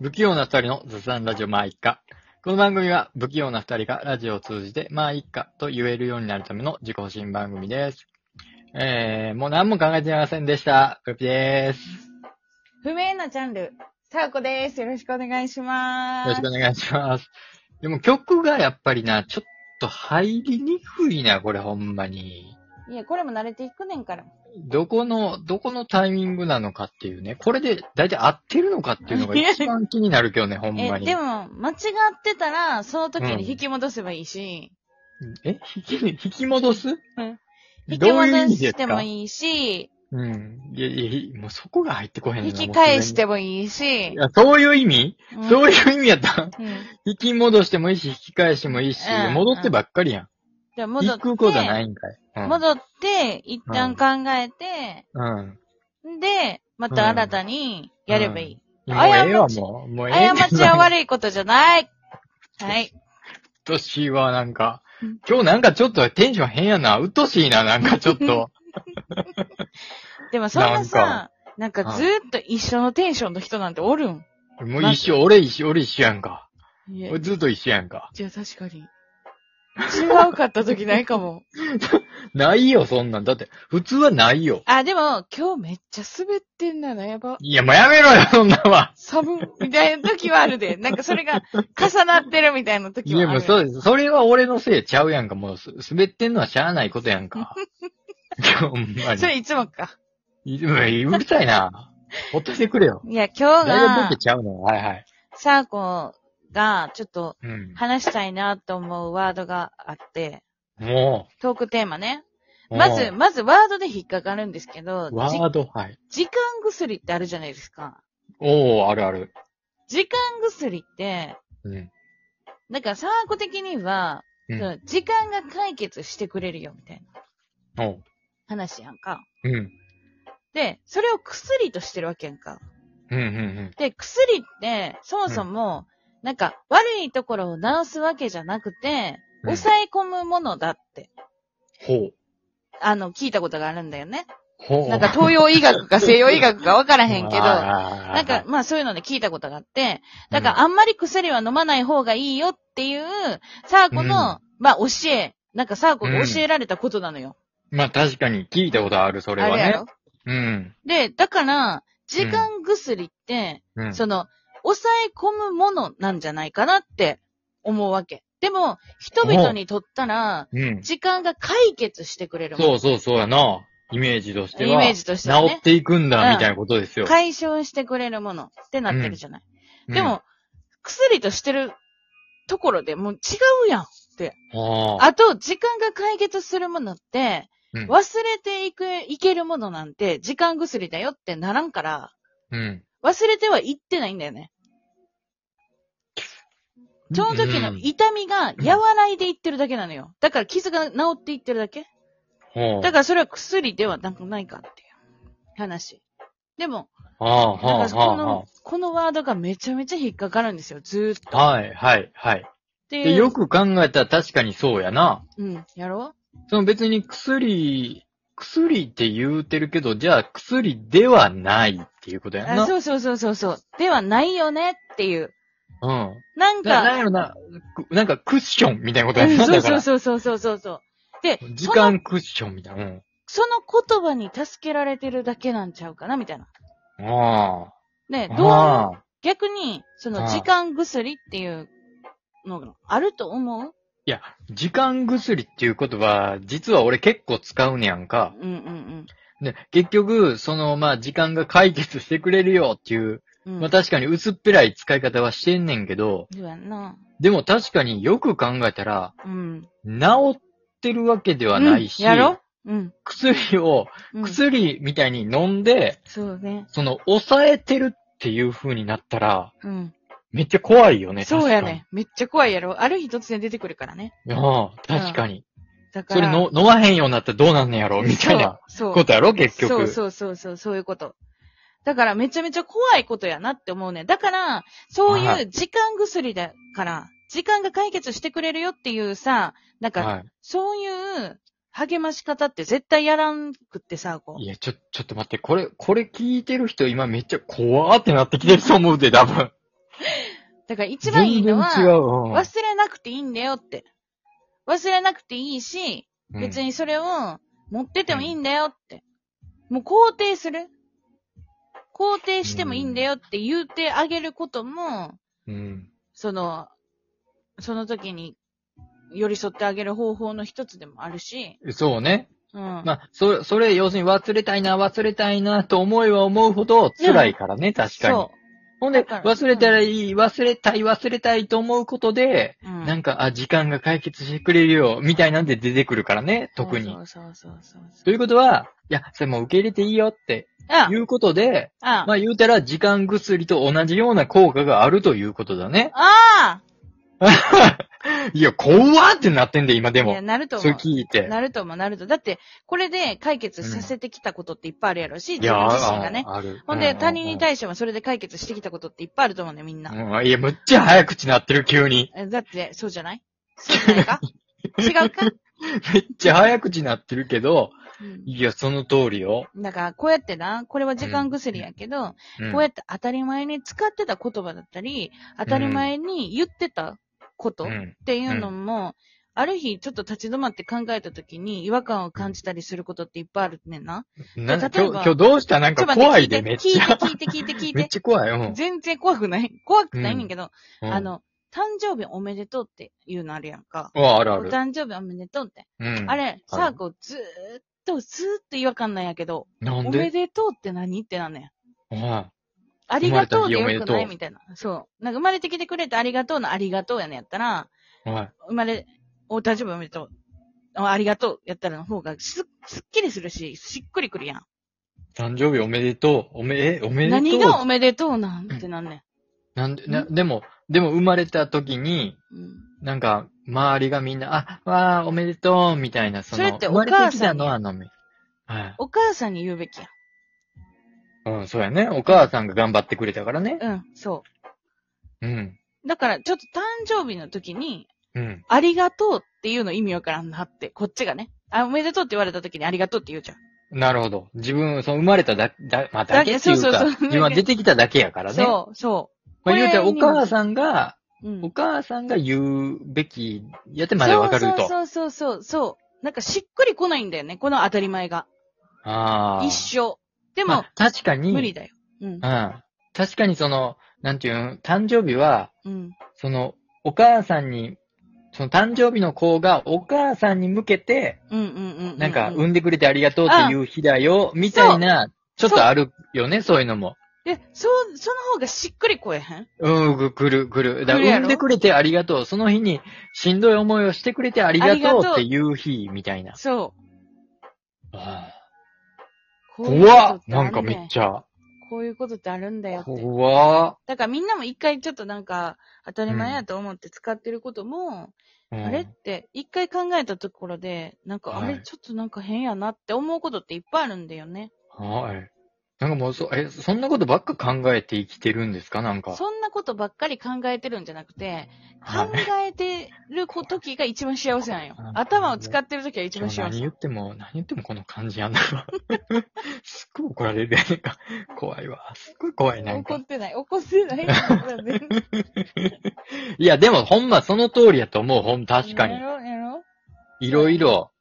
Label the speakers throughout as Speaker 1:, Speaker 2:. Speaker 1: 不器用な二人の雑談ラジオまあいっか。この番組は不器用な二人がラジオを通じてまあいっかと言えるようになるための自己保身番組です。えー、もう何も考えていませんでした。ふぴです。
Speaker 2: 不明なジャンル、さあこです。よろしくお願いし
Speaker 1: よ
Speaker 2: ます。
Speaker 1: ろしくお願いします。でも曲がやっぱりな、ちょっと入りにくいな、これほんまに。
Speaker 2: いや、これも慣れていくねんから。
Speaker 1: どこの、どこのタイミングなのかっていうね。これで大体合ってるのかっていうのが一番気になるけどね、ほん
Speaker 2: え
Speaker 1: ま、に。
Speaker 2: でも、間違ってたら、その時に引き戻せばいいし、
Speaker 1: え引き、引き戻す
Speaker 2: ん引き
Speaker 1: どういう意
Speaker 2: 戻
Speaker 1: 味で
Speaker 2: し
Speaker 1: すか
Speaker 2: てもいいし、
Speaker 1: うん。いやいや、もうそこが入ってこへんの
Speaker 2: 引き返してもいい
Speaker 1: い
Speaker 2: し、
Speaker 1: や、そういう意味、
Speaker 2: うん
Speaker 1: そういう意味やった。
Speaker 2: うん
Speaker 1: 引き戻してもいいし、引き返してもいいし、
Speaker 2: うん
Speaker 1: 戻ってばっかりやん。
Speaker 2: じゃあ戻
Speaker 1: 行
Speaker 2: って、
Speaker 1: くことはないんかい。うん。
Speaker 2: 戻って、一旦考えて、
Speaker 1: うん。
Speaker 2: で、また新たにやればいい。
Speaker 1: もうええわ、
Speaker 2: 過ち
Speaker 1: もう。もうええ
Speaker 2: 過
Speaker 1: ねん
Speaker 2: ちは悪いことじゃない。はい。
Speaker 1: うっとうしいわ、なんか
Speaker 2: うん。
Speaker 1: 今日なんかちょっとテンション変やな。うっとうしいな、なんかちょっと。
Speaker 2: でもそんなさ、なん
Speaker 1: か
Speaker 2: かずーっと一緒のテンションの人なんておるん。
Speaker 1: もう一緒、俺一緒、俺一緒やんか。
Speaker 2: いや
Speaker 1: 俺ずっと一緒やんか。
Speaker 2: じゃあ確かに。違うかった時ないかも。
Speaker 1: ないよ、そんなん。だって、普通はないよ。
Speaker 2: あ、でも、今日めっちゃ滑ってんな、やば。
Speaker 1: いや、もうやめろよ、そんなんは。
Speaker 2: 寒っみたいな時はあるで。なんかそれが重なってるみたいない時はあ
Speaker 1: や、
Speaker 2: る。
Speaker 1: もうそうです。それは俺のせいちゃうやんか。もうす、滑ってんのはしゃあないことやん か。ほんまに
Speaker 2: そ。れいつもか。
Speaker 1: いもううるさいな。ほっといてくれよ。
Speaker 2: いや、今日
Speaker 1: だいぶボ
Speaker 2: が
Speaker 1: ケ、ちゃうの。はいはい。
Speaker 2: サーコが、ちょっと
Speaker 1: うん。
Speaker 2: 話したいなと思うワードがあって、
Speaker 1: も
Speaker 2: トークテーマね。
Speaker 1: う。
Speaker 2: まず、
Speaker 1: も
Speaker 2: まずワードで引っかかるんですけど、
Speaker 1: う、ワ
Speaker 2: じ
Speaker 1: ード、はい。
Speaker 2: 時間薬ってあるじゃないですか。
Speaker 1: おー、あるある。
Speaker 2: 時間薬って、
Speaker 1: うん。
Speaker 2: なんかサーコ的には、
Speaker 1: うん
Speaker 2: その時間が解決してくれるよみたいな
Speaker 1: おう。
Speaker 2: 話やんか。
Speaker 1: うん。うん、
Speaker 2: で、それを薬としてるわけやんか。
Speaker 1: うん、うん。
Speaker 2: で、薬って、そもそも、なんか悪いところを治すわけじゃなくて、
Speaker 1: うん
Speaker 2: 抑え込むものだって、
Speaker 1: ほう。
Speaker 2: あの、聞いたことがあるんだよね。
Speaker 1: ほう。
Speaker 2: なんか東洋医学か西洋医学かわからへん けど、な
Speaker 1: なん
Speaker 2: か、、まあそういうので聞いたことがあって、だか
Speaker 1: う
Speaker 2: らあんまり薬は飲まない方がいいよっていう、サーコの、まあ教え、なんかサーコが教えられたことなのよ。
Speaker 1: まあ確かに聞いたことある、それ
Speaker 2: あ
Speaker 1: は
Speaker 2: れや
Speaker 1: ね
Speaker 2: ろ。
Speaker 1: うん。
Speaker 2: で、だから、時間薬って、
Speaker 1: うん。
Speaker 2: その、抑え込むものなんじゃないかなって思うわけ。でも、人々にとったら、
Speaker 1: うん。
Speaker 2: 時間が解決してくれるもの。
Speaker 1: そうそうそうやな。イメージとしては。
Speaker 2: イメージとしてはね
Speaker 1: 治っていくんだ、
Speaker 2: うん
Speaker 1: みたいなことですよ。
Speaker 2: 解消してくれるものってなってるじゃない。
Speaker 1: うん
Speaker 2: で、も、薬としてるところでもう違うやん。
Speaker 1: ああ
Speaker 2: あと、時間が解決するものって、
Speaker 1: うん
Speaker 2: 忘れていく、いけるものなんて、時間薬だよってならんから、
Speaker 1: うん。
Speaker 2: 忘れてはいってないんだよね。その時
Speaker 1: う
Speaker 2: の
Speaker 1: ん
Speaker 2: 痛みが和らいでいってるだけなのよ。だから傷が治っていってるだけ。
Speaker 1: ほう
Speaker 2: だからそれは薬ではなくないかっていう話。でも、
Speaker 1: ああ、
Speaker 2: な
Speaker 1: は
Speaker 2: ん
Speaker 1: あ、
Speaker 2: かこ
Speaker 1: は
Speaker 2: の、このワードがめちゃめちゃ引っかかるんですよ、ずーっと。
Speaker 1: あ。はい、はい、はい。
Speaker 2: って
Speaker 1: で、
Speaker 2: いう。
Speaker 1: よく考えたら確かにそうやな。
Speaker 2: うん、やろ
Speaker 1: その別に薬、薬って言うてるけど、じゃあ薬ではないっていうことや
Speaker 2: あ
Speaker 1: な。
Speaker 2: そうそうそうそうそう。ではないよねっていう。
Speaker 1: うん。
Speaker 2: なん
Speaker 1: ななん
Speaker 2: か、
Speaker 1: やろな、くなんかクッションみたいなこと
Speaker 2: う
Speaker 1: や
Speaker 2: ん
Speaker 1: な。
Speaker 2: そう
Speaker 1: だか
Speaker 2: そう
Speaker 1: ら
Speaker 2: そうそうそうそうそう。で、
Speaker 1: 時
Speaker 2: その、
Speaker 1: 間クッションみたいな。うん。
Speaker 2: その言葉に助けられてるだけなんちゃうかな、みたいな。
Speaker 1: あ
Speaker 2: ね
Speaker 1: あ。、
Speaker 2: どう思う
Speaker 1: ああ。
Speaker 2: 逆に、そ
Speaker 1: あ
Speaker 2: の
Speaker 1: あ
Speaker 2: 時間薬っていうのがあると思う
Speaker 1: いや、時間薬っていう言葉、実は俺結構使うねやんか。
Speaker 2: うんうん
Speaker 1: で、結局、その、まあ、時間が解決してくれるよっていう、
Speaker 2: うん。うん、
Speaker 1: まあ、確かに薄っぺらい使い方はしてんねんけど、
Speaker 2: そうやんな。
Speaker 1: でも確かによく考えたら、
Speaker 2: うん。
Speaker 1: 治ってるわけではないし、
Speaker 2: うん、やろうん。
Speaker 1: 薬を、
Speaker 2: うん、
Speaker 1: 薬みたいに飲んで、
Speaker 2: そうね。
Speaker 1: その、抑えてるっていう風になったら、
Speaker 2: うん。
Speaker 1: めっちゃ怖いよね、
Speaker 2: そうやね。めっちゃ怖いやろ。ある日突然出てくるからね。
Speaker 1: 確かに。ああ、確かに。
Speaker 2: だか
Speaker 1: それ
Speaker 2: ら。
Speaker 1: の、飲まへんようになったらどうなんねやろ、みたいな
Speaker 2: そう。そ
Speaker 1: こ
Speaker 2: う。
Speaker 1: とやろ、結局。
Speaker 2: そうそうそうそう、そういうこと。だからめちゃめちゃ怖いことやなって思うね。だから、そう
Speaker 1: は
Speaker 2: いう時間薬だから、時間が解決してくれるよっていうさ、なんか、
Speaker 1: はい。
Speaker 2: そういう励まし方って絶対やらんくってさ、こう。
Speaker 1: いや、ちょ、ちょっと待って、これ、これ聞いてる人今めっちゃ怖ーってなってきてると思うで、多分。
Speaker 2: だから一番いいの
Speaker 1: 全然違
Speaker 2: は、
Speaker 1: ううん。
Speaker 2: 忘れなくていいんだよって。忘れなくていいし、別にそれを持っててもいいんだよって。もう肯定する。肯定してもいいんだよって言うてあげることも、
Speaker 1: うん。
Speaker 2: その、その時に寄り添ってあげる方法の一つでもあるし、
Speaker 1: うん。そうね。
Speaker 2: うん。
Speaker 1: まあ、そ、それ、要するに忘れたいな、忘れたいな、と思えば思うほど辛いからね、確かに。
Speaker 2: そ
Speaker 1: ほんで、
Speaker 2: だから
Speaker 1: 忘れたらいい、忘れたい、忘れたいと思うことで、
Speaker 2: う。うん
Speaker 1: なんか、あ、時間が解決してくれるよ、みたいなんで出てくるからね、特に
Speaker 2: そ。うそうそうそうそ
Speaker 1: と
Speaker 2: う。
Speaker 1: いうことは、いや、それもう受け入れていいよって
Speaker 2: あ
Speaker 1: いうことで、
Speaker 2: あ、
Speaker 1: まあ言うたら時間薬と同じような効果があるということだね。
Speaker 2: あ
Speaker 1: いや、怖ーってなってんで、今で
Speaker 2: あい
Speaker 1: も
Speaker 2: や、。なると
Speaker 1: それ
Speaker 2: 思
Speaker 1: 聞いて
Speaker 2: う。。なると思う、なると。だって、これで解決させてきたことっていっぱいあるやろうし、
Speaker 1: い
Speaker 2: 自
Speaker 1: や、
Speaker 2: 分自身
Speaker 1: あ
Speaker 2: がね。
Speaker 1: ある。
Speaker 2: ほん
Speaker 1: う
Speaker 2: で、
Speaker 1: う
Speaker 2: 他人に対してもそれで解決してきたことっていっぱいあると思うね、みんな。
Speaker 1: うん、いや、むっちゃ早口なってる、急に。
Speaker 2: えだって、そうじゃないそうじゃないか違うか、
Speaker 1: めっちゃ早口なってるけど、
Speaker 2: う
Speaker 1: いや、その通りよ。
Speaker 2: ん、だから、こうやってな、これは時間薬やけど、
Speaker 1: うん
Speaker 2: こうやって当たり前に使ってた言葉だったり、当たり前に言ってたこと
Speaker 1: う
Speaker 2: っ
Speaker 1: ん
Speaker 2: ていうのも、ある日ちょっと立ち止まって考えた時に違和感を感じたりすることっていっぱいあるねんな。
Speaker 1: な
Speaker 2: 例え
Speaker 1: 今
Speaker 2: ば
Speaker 1: 日、今日どうしたなん
Speaker 2: ちょっ
Speaker 1: か
Speaker 2: と待
Speaker 1: 怖い
Speaker 2: って
Speaker 1: で、
Speaker 2: 聞
Speaker 1: め
Speaker 2: い、
Speaker 1: って
Speaker 2: 聞
Speaker 1: ちゃ。
Speaker 2: いて、聞いて、聞い。
Speaker 1: めってちゃ怖い、うん。
Speaker 2: 全然怖くない。怖くないねんけど、
Speaker 1: うん
Speaker 2: あ、の、誕生日おめでとうっていうのあるやんか。
Speaker 1: うんあるあ
Speaker 2: お
Speaker 1: る。
Speaker 2: 誕生日おめでとうって。
Speaker 1: うん
Speaker 2: あれ、サーコずーっと、ずーっと違和感なんやけど、
Speaker 1: なん
Speaker 2: おめ
Speaker 1: で
Speaker 2: でとうって何ってなんねん。
Speaker 1: は
Speaker 2: ありがとう
Speaker 1: 生まれた日お
Speaker 2: で
Speaker 1: め
Speaker 2: よ
Speaker 1: で
Speaker 2: く
Speaker 1: とう
Speaker 2: ないみたいな。そう。なんか生まれてきてくれてありがとうのありがとうやねやったら、
Speaker 1: い。はい。
Speaker 2: 生まれ、お誕生日おめでとう。あありがとうやったらの方がす、すっきりするし、しっくりくるやん。
Speaker 1: 誕生日おめでとう。おめ、え、おめでとう。
Speaker 2: 何がおめでとうなんってなんね
Speaker 1: なんで、な、でも、でも生まれた時に、
Speaker 2: ん。うん。
Speaker 1: なんか、周りがみんな、あ、わあ、おめでとう、みたいな、その、
Speaker 2: それってお
Speaker 1: 生
Speaker 2: 母
Speaker 1: まれ
Speaker 2: さんに
Speaker 1: てきたのはあの、みはい。
Speaker 2: お母さんに言うべきや。
Speaker 1: うん、そうやね。お母さんが頑張ってくれたからね。
Speaker 2: うん、そ
Speaker 1: うん。
Speaker 2: う。だから、ちょっと誕生日の時に、
Speaker 1: うん。
Speaker 2: ありがとうっていうの意味わからんなって、こっちがね。あ、おめでとうって言われた時にありがとうって言うじゃん。
Speaker 1: なるほど。自分、その生まれただ、だ、まあ、だけっていう
Speaker 2: そう
Speaker 1: か、
Speaker 2: そう
Speaker 1: 自
Speaker 2: そう
Speaker 1: 分は出てきただけやからね。
Speaker 2: そう、そ
Speaker 1: まあ、言うたら、
Speaker 2: こ
Speaker 1: お
Speaker 2: れにも
Speaker 1: 母さんが、
Speaker 2: う。うん
Speaker 1: お。母さんが言うべきやってまだわかると。
Speaker 2: そうそうそうそうそう。なんかしっくりこないんだよね、この当たり前が。
Speaker 1: ああ。
Speaker 2: 一生。で
Speaker 1: ま
Speaker 2: も
Speaker 1: あ、、確かに、
Speaker 2: 無理だよ。うん
Speaker 1: う。ん。確かにその、なんていうん、誕生日は、
Speaker 2: うん。
Speaker 1: その、お母さんに、その誕生日の子がお母さんに向けて、
Speaker 2: うんうんうんうんうん。
Speaker 1: なんか、産んでくれてありがとうっていう日だよ、みたいな、ち
Speaker 2: そ
Speaker 1: ょ
Speaker 2: う
Speaker 1: っとあるよね、そういうのも。
Speaker 2: で、そう、その方がしっくりこえへん
Speaker 1: うん、ぐくる、くる。だか
Speaker 2: 来るや
Speaker 1: ら
Speaker 2: ろ
Speaker 1: 産んでくれてありがとう。その日に、しんどい思いをしてくれてありが
Speaker 2: あ
Speaker 1: と
Speaker 2: り
Speaker 1: う
Speaker 2: がとう
Speaker 1: っていう日、みたいな。
Speaker 2: そう。
Speaker 1: あー
Speaker 2: こういう
Speaker 1: 怖
Speaker 2: こと
Speaker 1: っ
Speaker 2: ってあ
Speaker 1: な
Speaker 2: る
Speaker 1: んかめっ
Speaker 2: ね
Speaker 1: ちゃ。
Speaker 2: こういうことってあるんだよって。
Speaker 1: 怖っ
Speaker 2: だからみんなも一回ちょっとなんか、当たり前やと思って使ってることも、
Speaker 1: うん
Speaker 2: あれって、一回考えたところで、なんか、あ
Speaker 1: は
Speaker 2: れ
Speaker 1: い
Speaker 2: ちょっとなんか変やなって思うことっていっぱいあるんだよね。
Speaker 1: はい。なんかもうそ、え、そんなことばっか考えて生きてるんですかなんか。
Speaker 2: そんなことばっかり考えてるんじゃなくて、
Speaker 1: は
Speaker 2: 考
Speaker 1: い
Speaker 2: えてる時が一番幸せなんよ
Speaker 1: は。い
Speaker 2: 頭を使ってる時が一
Speaker 1: 今
Speaker 2: 番
Speaker 1: 日
Speaker 2: 幸
Speaker 1: 何
Speaker 2: せ。
Speaker 1: 言っても、何言ってもこの感じやんな。 すっごい怒られるやんか。 怖いわ。すっごい怖いなん
Speaker 2: 怒
Speaker 1: か
Speaker 2: っ。てない。怒って ない。全然
Speaker 1: いや、でもほんまその通りやと思う。ほん、確か
Speaker 2: や
Speaker 1: に。
Speaker 2: ろやろ
Speaker 1: いろいろ、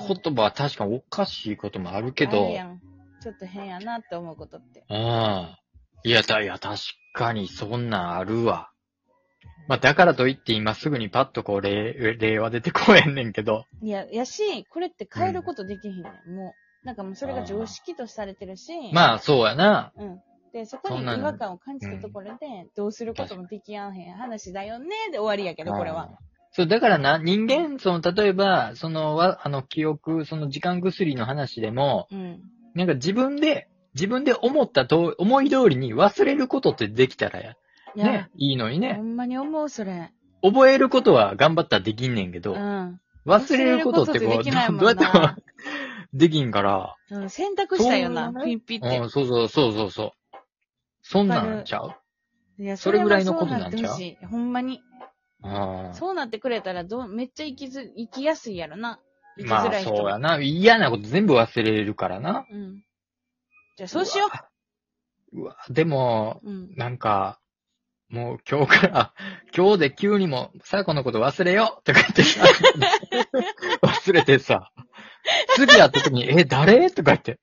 Speaker 1: 言葉は確かにおかしいこともあるけ
Speaker 2: あ
Speaker 1: ど
Speaker 2: る、やんちょっと変やなって思うことって。
Speaker 1: うん。いや、たいや、確かにそんなんあるわ。まあ、だからといって今すぐにパッとこう、例、例は出てこえんねんけど。
Speaker 2: いや、やし、これって変えることできひんねん。もう、なんかもうそれが常識とされてるし。
Speaker 1: まあ、そうやな。
Speaker 2: うん。で、そこ
Speaker 1: そ
Speaker 2: に
Speaker 1: ん
Speaker 2: 違
Speaker 1: なの
Speaker 2: 和感を感じたところで、どうすることもできやんへん話だよね、で終わりやけど、これは。
Speaker 1: そう、だからな、人間、その、例えば、その、わあの、記憶、その、時間薬の話でも、
Speaker 2: うん。
Speaker 1: なんか自分で、自分で思ったと、思い通りに忘れることってできたらや、
Speaker 2: いや、
Speaker 1: ね、いいのに
Speaker 2: ほ
Speaker 1: ね。
Speaker 2: んまに思う、それ。
Speaker 1: 覚えることは頑張ったらできんねんけ
Speaker 2: う
Speaker 1: ど、
Speaker 2: ん。
Speaker 1: 忘れることってこ
Speaker 2: 忘れることってで
Speaker 1: う、
Speaker 2: きない
Speaker 1: ど
Speaker 2: もん
Speaker 1: どうや
Speaker 2: な
Speaker 1: ってもできんから、
Speaker 2: うん、選択したよ
Speaker 1: そ
Speaker 2: な
Speaker 1: うな、の
Speaker 2: ピンピっ
Speaker 1: う
Speaker 2: て。
Speaker 1: ん、そうそう、そうそうそう。そんなんちゃう
Speaker 2: いや、
Speaker 1: それぐらいのことなんちゃう
Speaker 2: それはそうってほしい。ほんまに。
Speaker 1: うん。
Speaker 2: そうなってくれたら、どう、めっちゃ生きず、生きやすいやろな。生き
Speaker 1: ま
Speaker 2: づ
Speaker 1: あ、
Speaker 2: らい人。
Speaker 1: そうやな。嫌なこと全部忘れるからな。
Speaker 2: うん。じゃあ、そうしよ
Speaker 1: うわ。うわ、でも、
Speaker 2: う。うん。
Speaker 1: なんか、もう今日から、 今日で急にも、さやこのこと忘れようとか言って さ、忘れてさ、次会った時に、え、誰とか言って、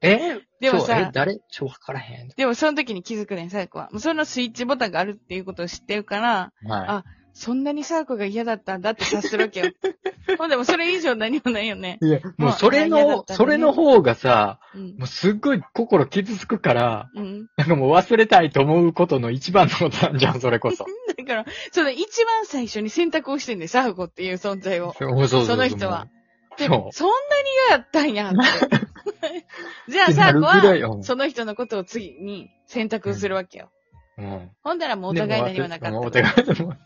Speaker 1: え
Speaker 2: でも
Speaker 1: そうえ
Speaker 2: さ、
Speaker 1: 誰ちょ、わからへん。
Speaker 2: でもその時に気づくねん、サーコは。もうそのスイッチボタンがあるっていうことを知ってるから、
Speaker 1: はい。
Speaker 2: あそんなにサーコが嫌だったんだって 察するわけよ。ほんでもそれ以上何もないよね。
Speaker 1: いや、もうそれ
Speaker 2: まあ嫌だ
Speaker 1: の
Speaker 2: っ、たね
Speaker 1: それの方がさ、
Speaker 2: うん。
Speaker 1: もうすっごい心傷つくから、
Speaker 2: うん。
Speaker 1: なんかもう忘れたいと思うことの一番のことなんじゃん、それ こそ。
Speaker 2: だから、その一番最初に選択をしてんね、サーコっていう存在を。
Speaker 1: そうそうそう
Speaker 2: その人は。で
Speaker 1: そう
Speaker 2: そんなに嫌やったんや って。じゃあ、
Speaker 1: って
Speaker 2: サ
Speaker 1: な
Speaker 2: ー
Speaker 1: るぐ
Speaker 2: コ
Speaker 1: ら
Speaker 2: は、
Speaker 1: いよ。
Speaker 2: その人のことを次に選択するわけよ。
Speaker 1: うん。
Speaker 2: ほんだら もうお互い何もなか
Speaker 1: で
Speaker 2: った
Speaker 1: も
Speaker 2: こ
Speaker 1: う
Speaker 2: と。
Speaker 1: お互いも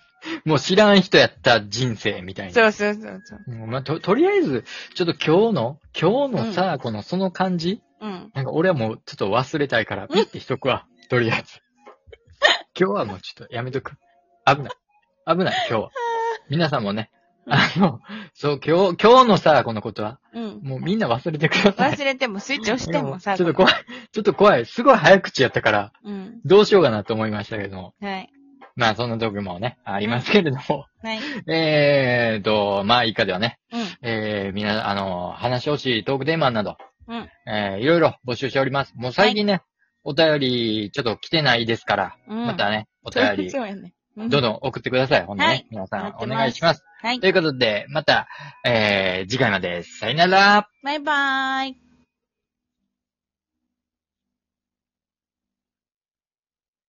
Speaker 1: う、もう知らん人やった人生みたいな。
Speaker 2: そうそうそうそう。
Speaker 1: うんまあ、と、とりあえず、ちょっと今日の、今日のさ、この、その感じ、
Speaker 2: うん。
Speaker 1: なんか俺はもうちょっと忘れたいから、ピッてしとくわ。とりあえず。 今日はもうちょっとやめとく。危ない。危ない、今日は。皆さんもね、あの、そう、今日、今日のさ、このことは、
Speaker 2: うん。
Speaker 1: もうみんな忘れてください。
Speaker 2: 忘れても、スイッチ押しても、サー
Speaker 1: ちょ
Speaker 2: コ
Speaker 1: っと怖い、ちょっと怖い。すごい早口やったから、
Speaker 2: うん。
Speaker 1: どうしようかなと思いましたけども。
Speaker 2: はい。
Speaker 1: まあ、そんな時もね、ありますけれども。
Speaker 2: はい。
Speaker 1: えーと、まあ、以下ではね、
Speaker 2: うん。
Speaker 1: えー、みんな、あの、話してほしいトークテーマなど、
Speaker 2: うん
Speaker 1: えー、いろいろ募集しております。もう最近ね、お便り、ちょっと来てないですから、
Speaker 2: うん。
Speaker 1: またね、お
Speaker 2: そう
Speaker 1: 便り、
Speaker 2: そうやね。うん
Speaker 1: どんどん送ってください。ほんとね、
Speaker 2: はい
Speaker 1: 皆さん、
Speaker 2: 待っ
Speaker 1: お
Speaker 2: てます
Speaker 1: 願いします。
Speaker 2: はい
Speaker 1: と。いうことで、また、えー、次回まで、さよなら
Speaker 2: バイバーイ。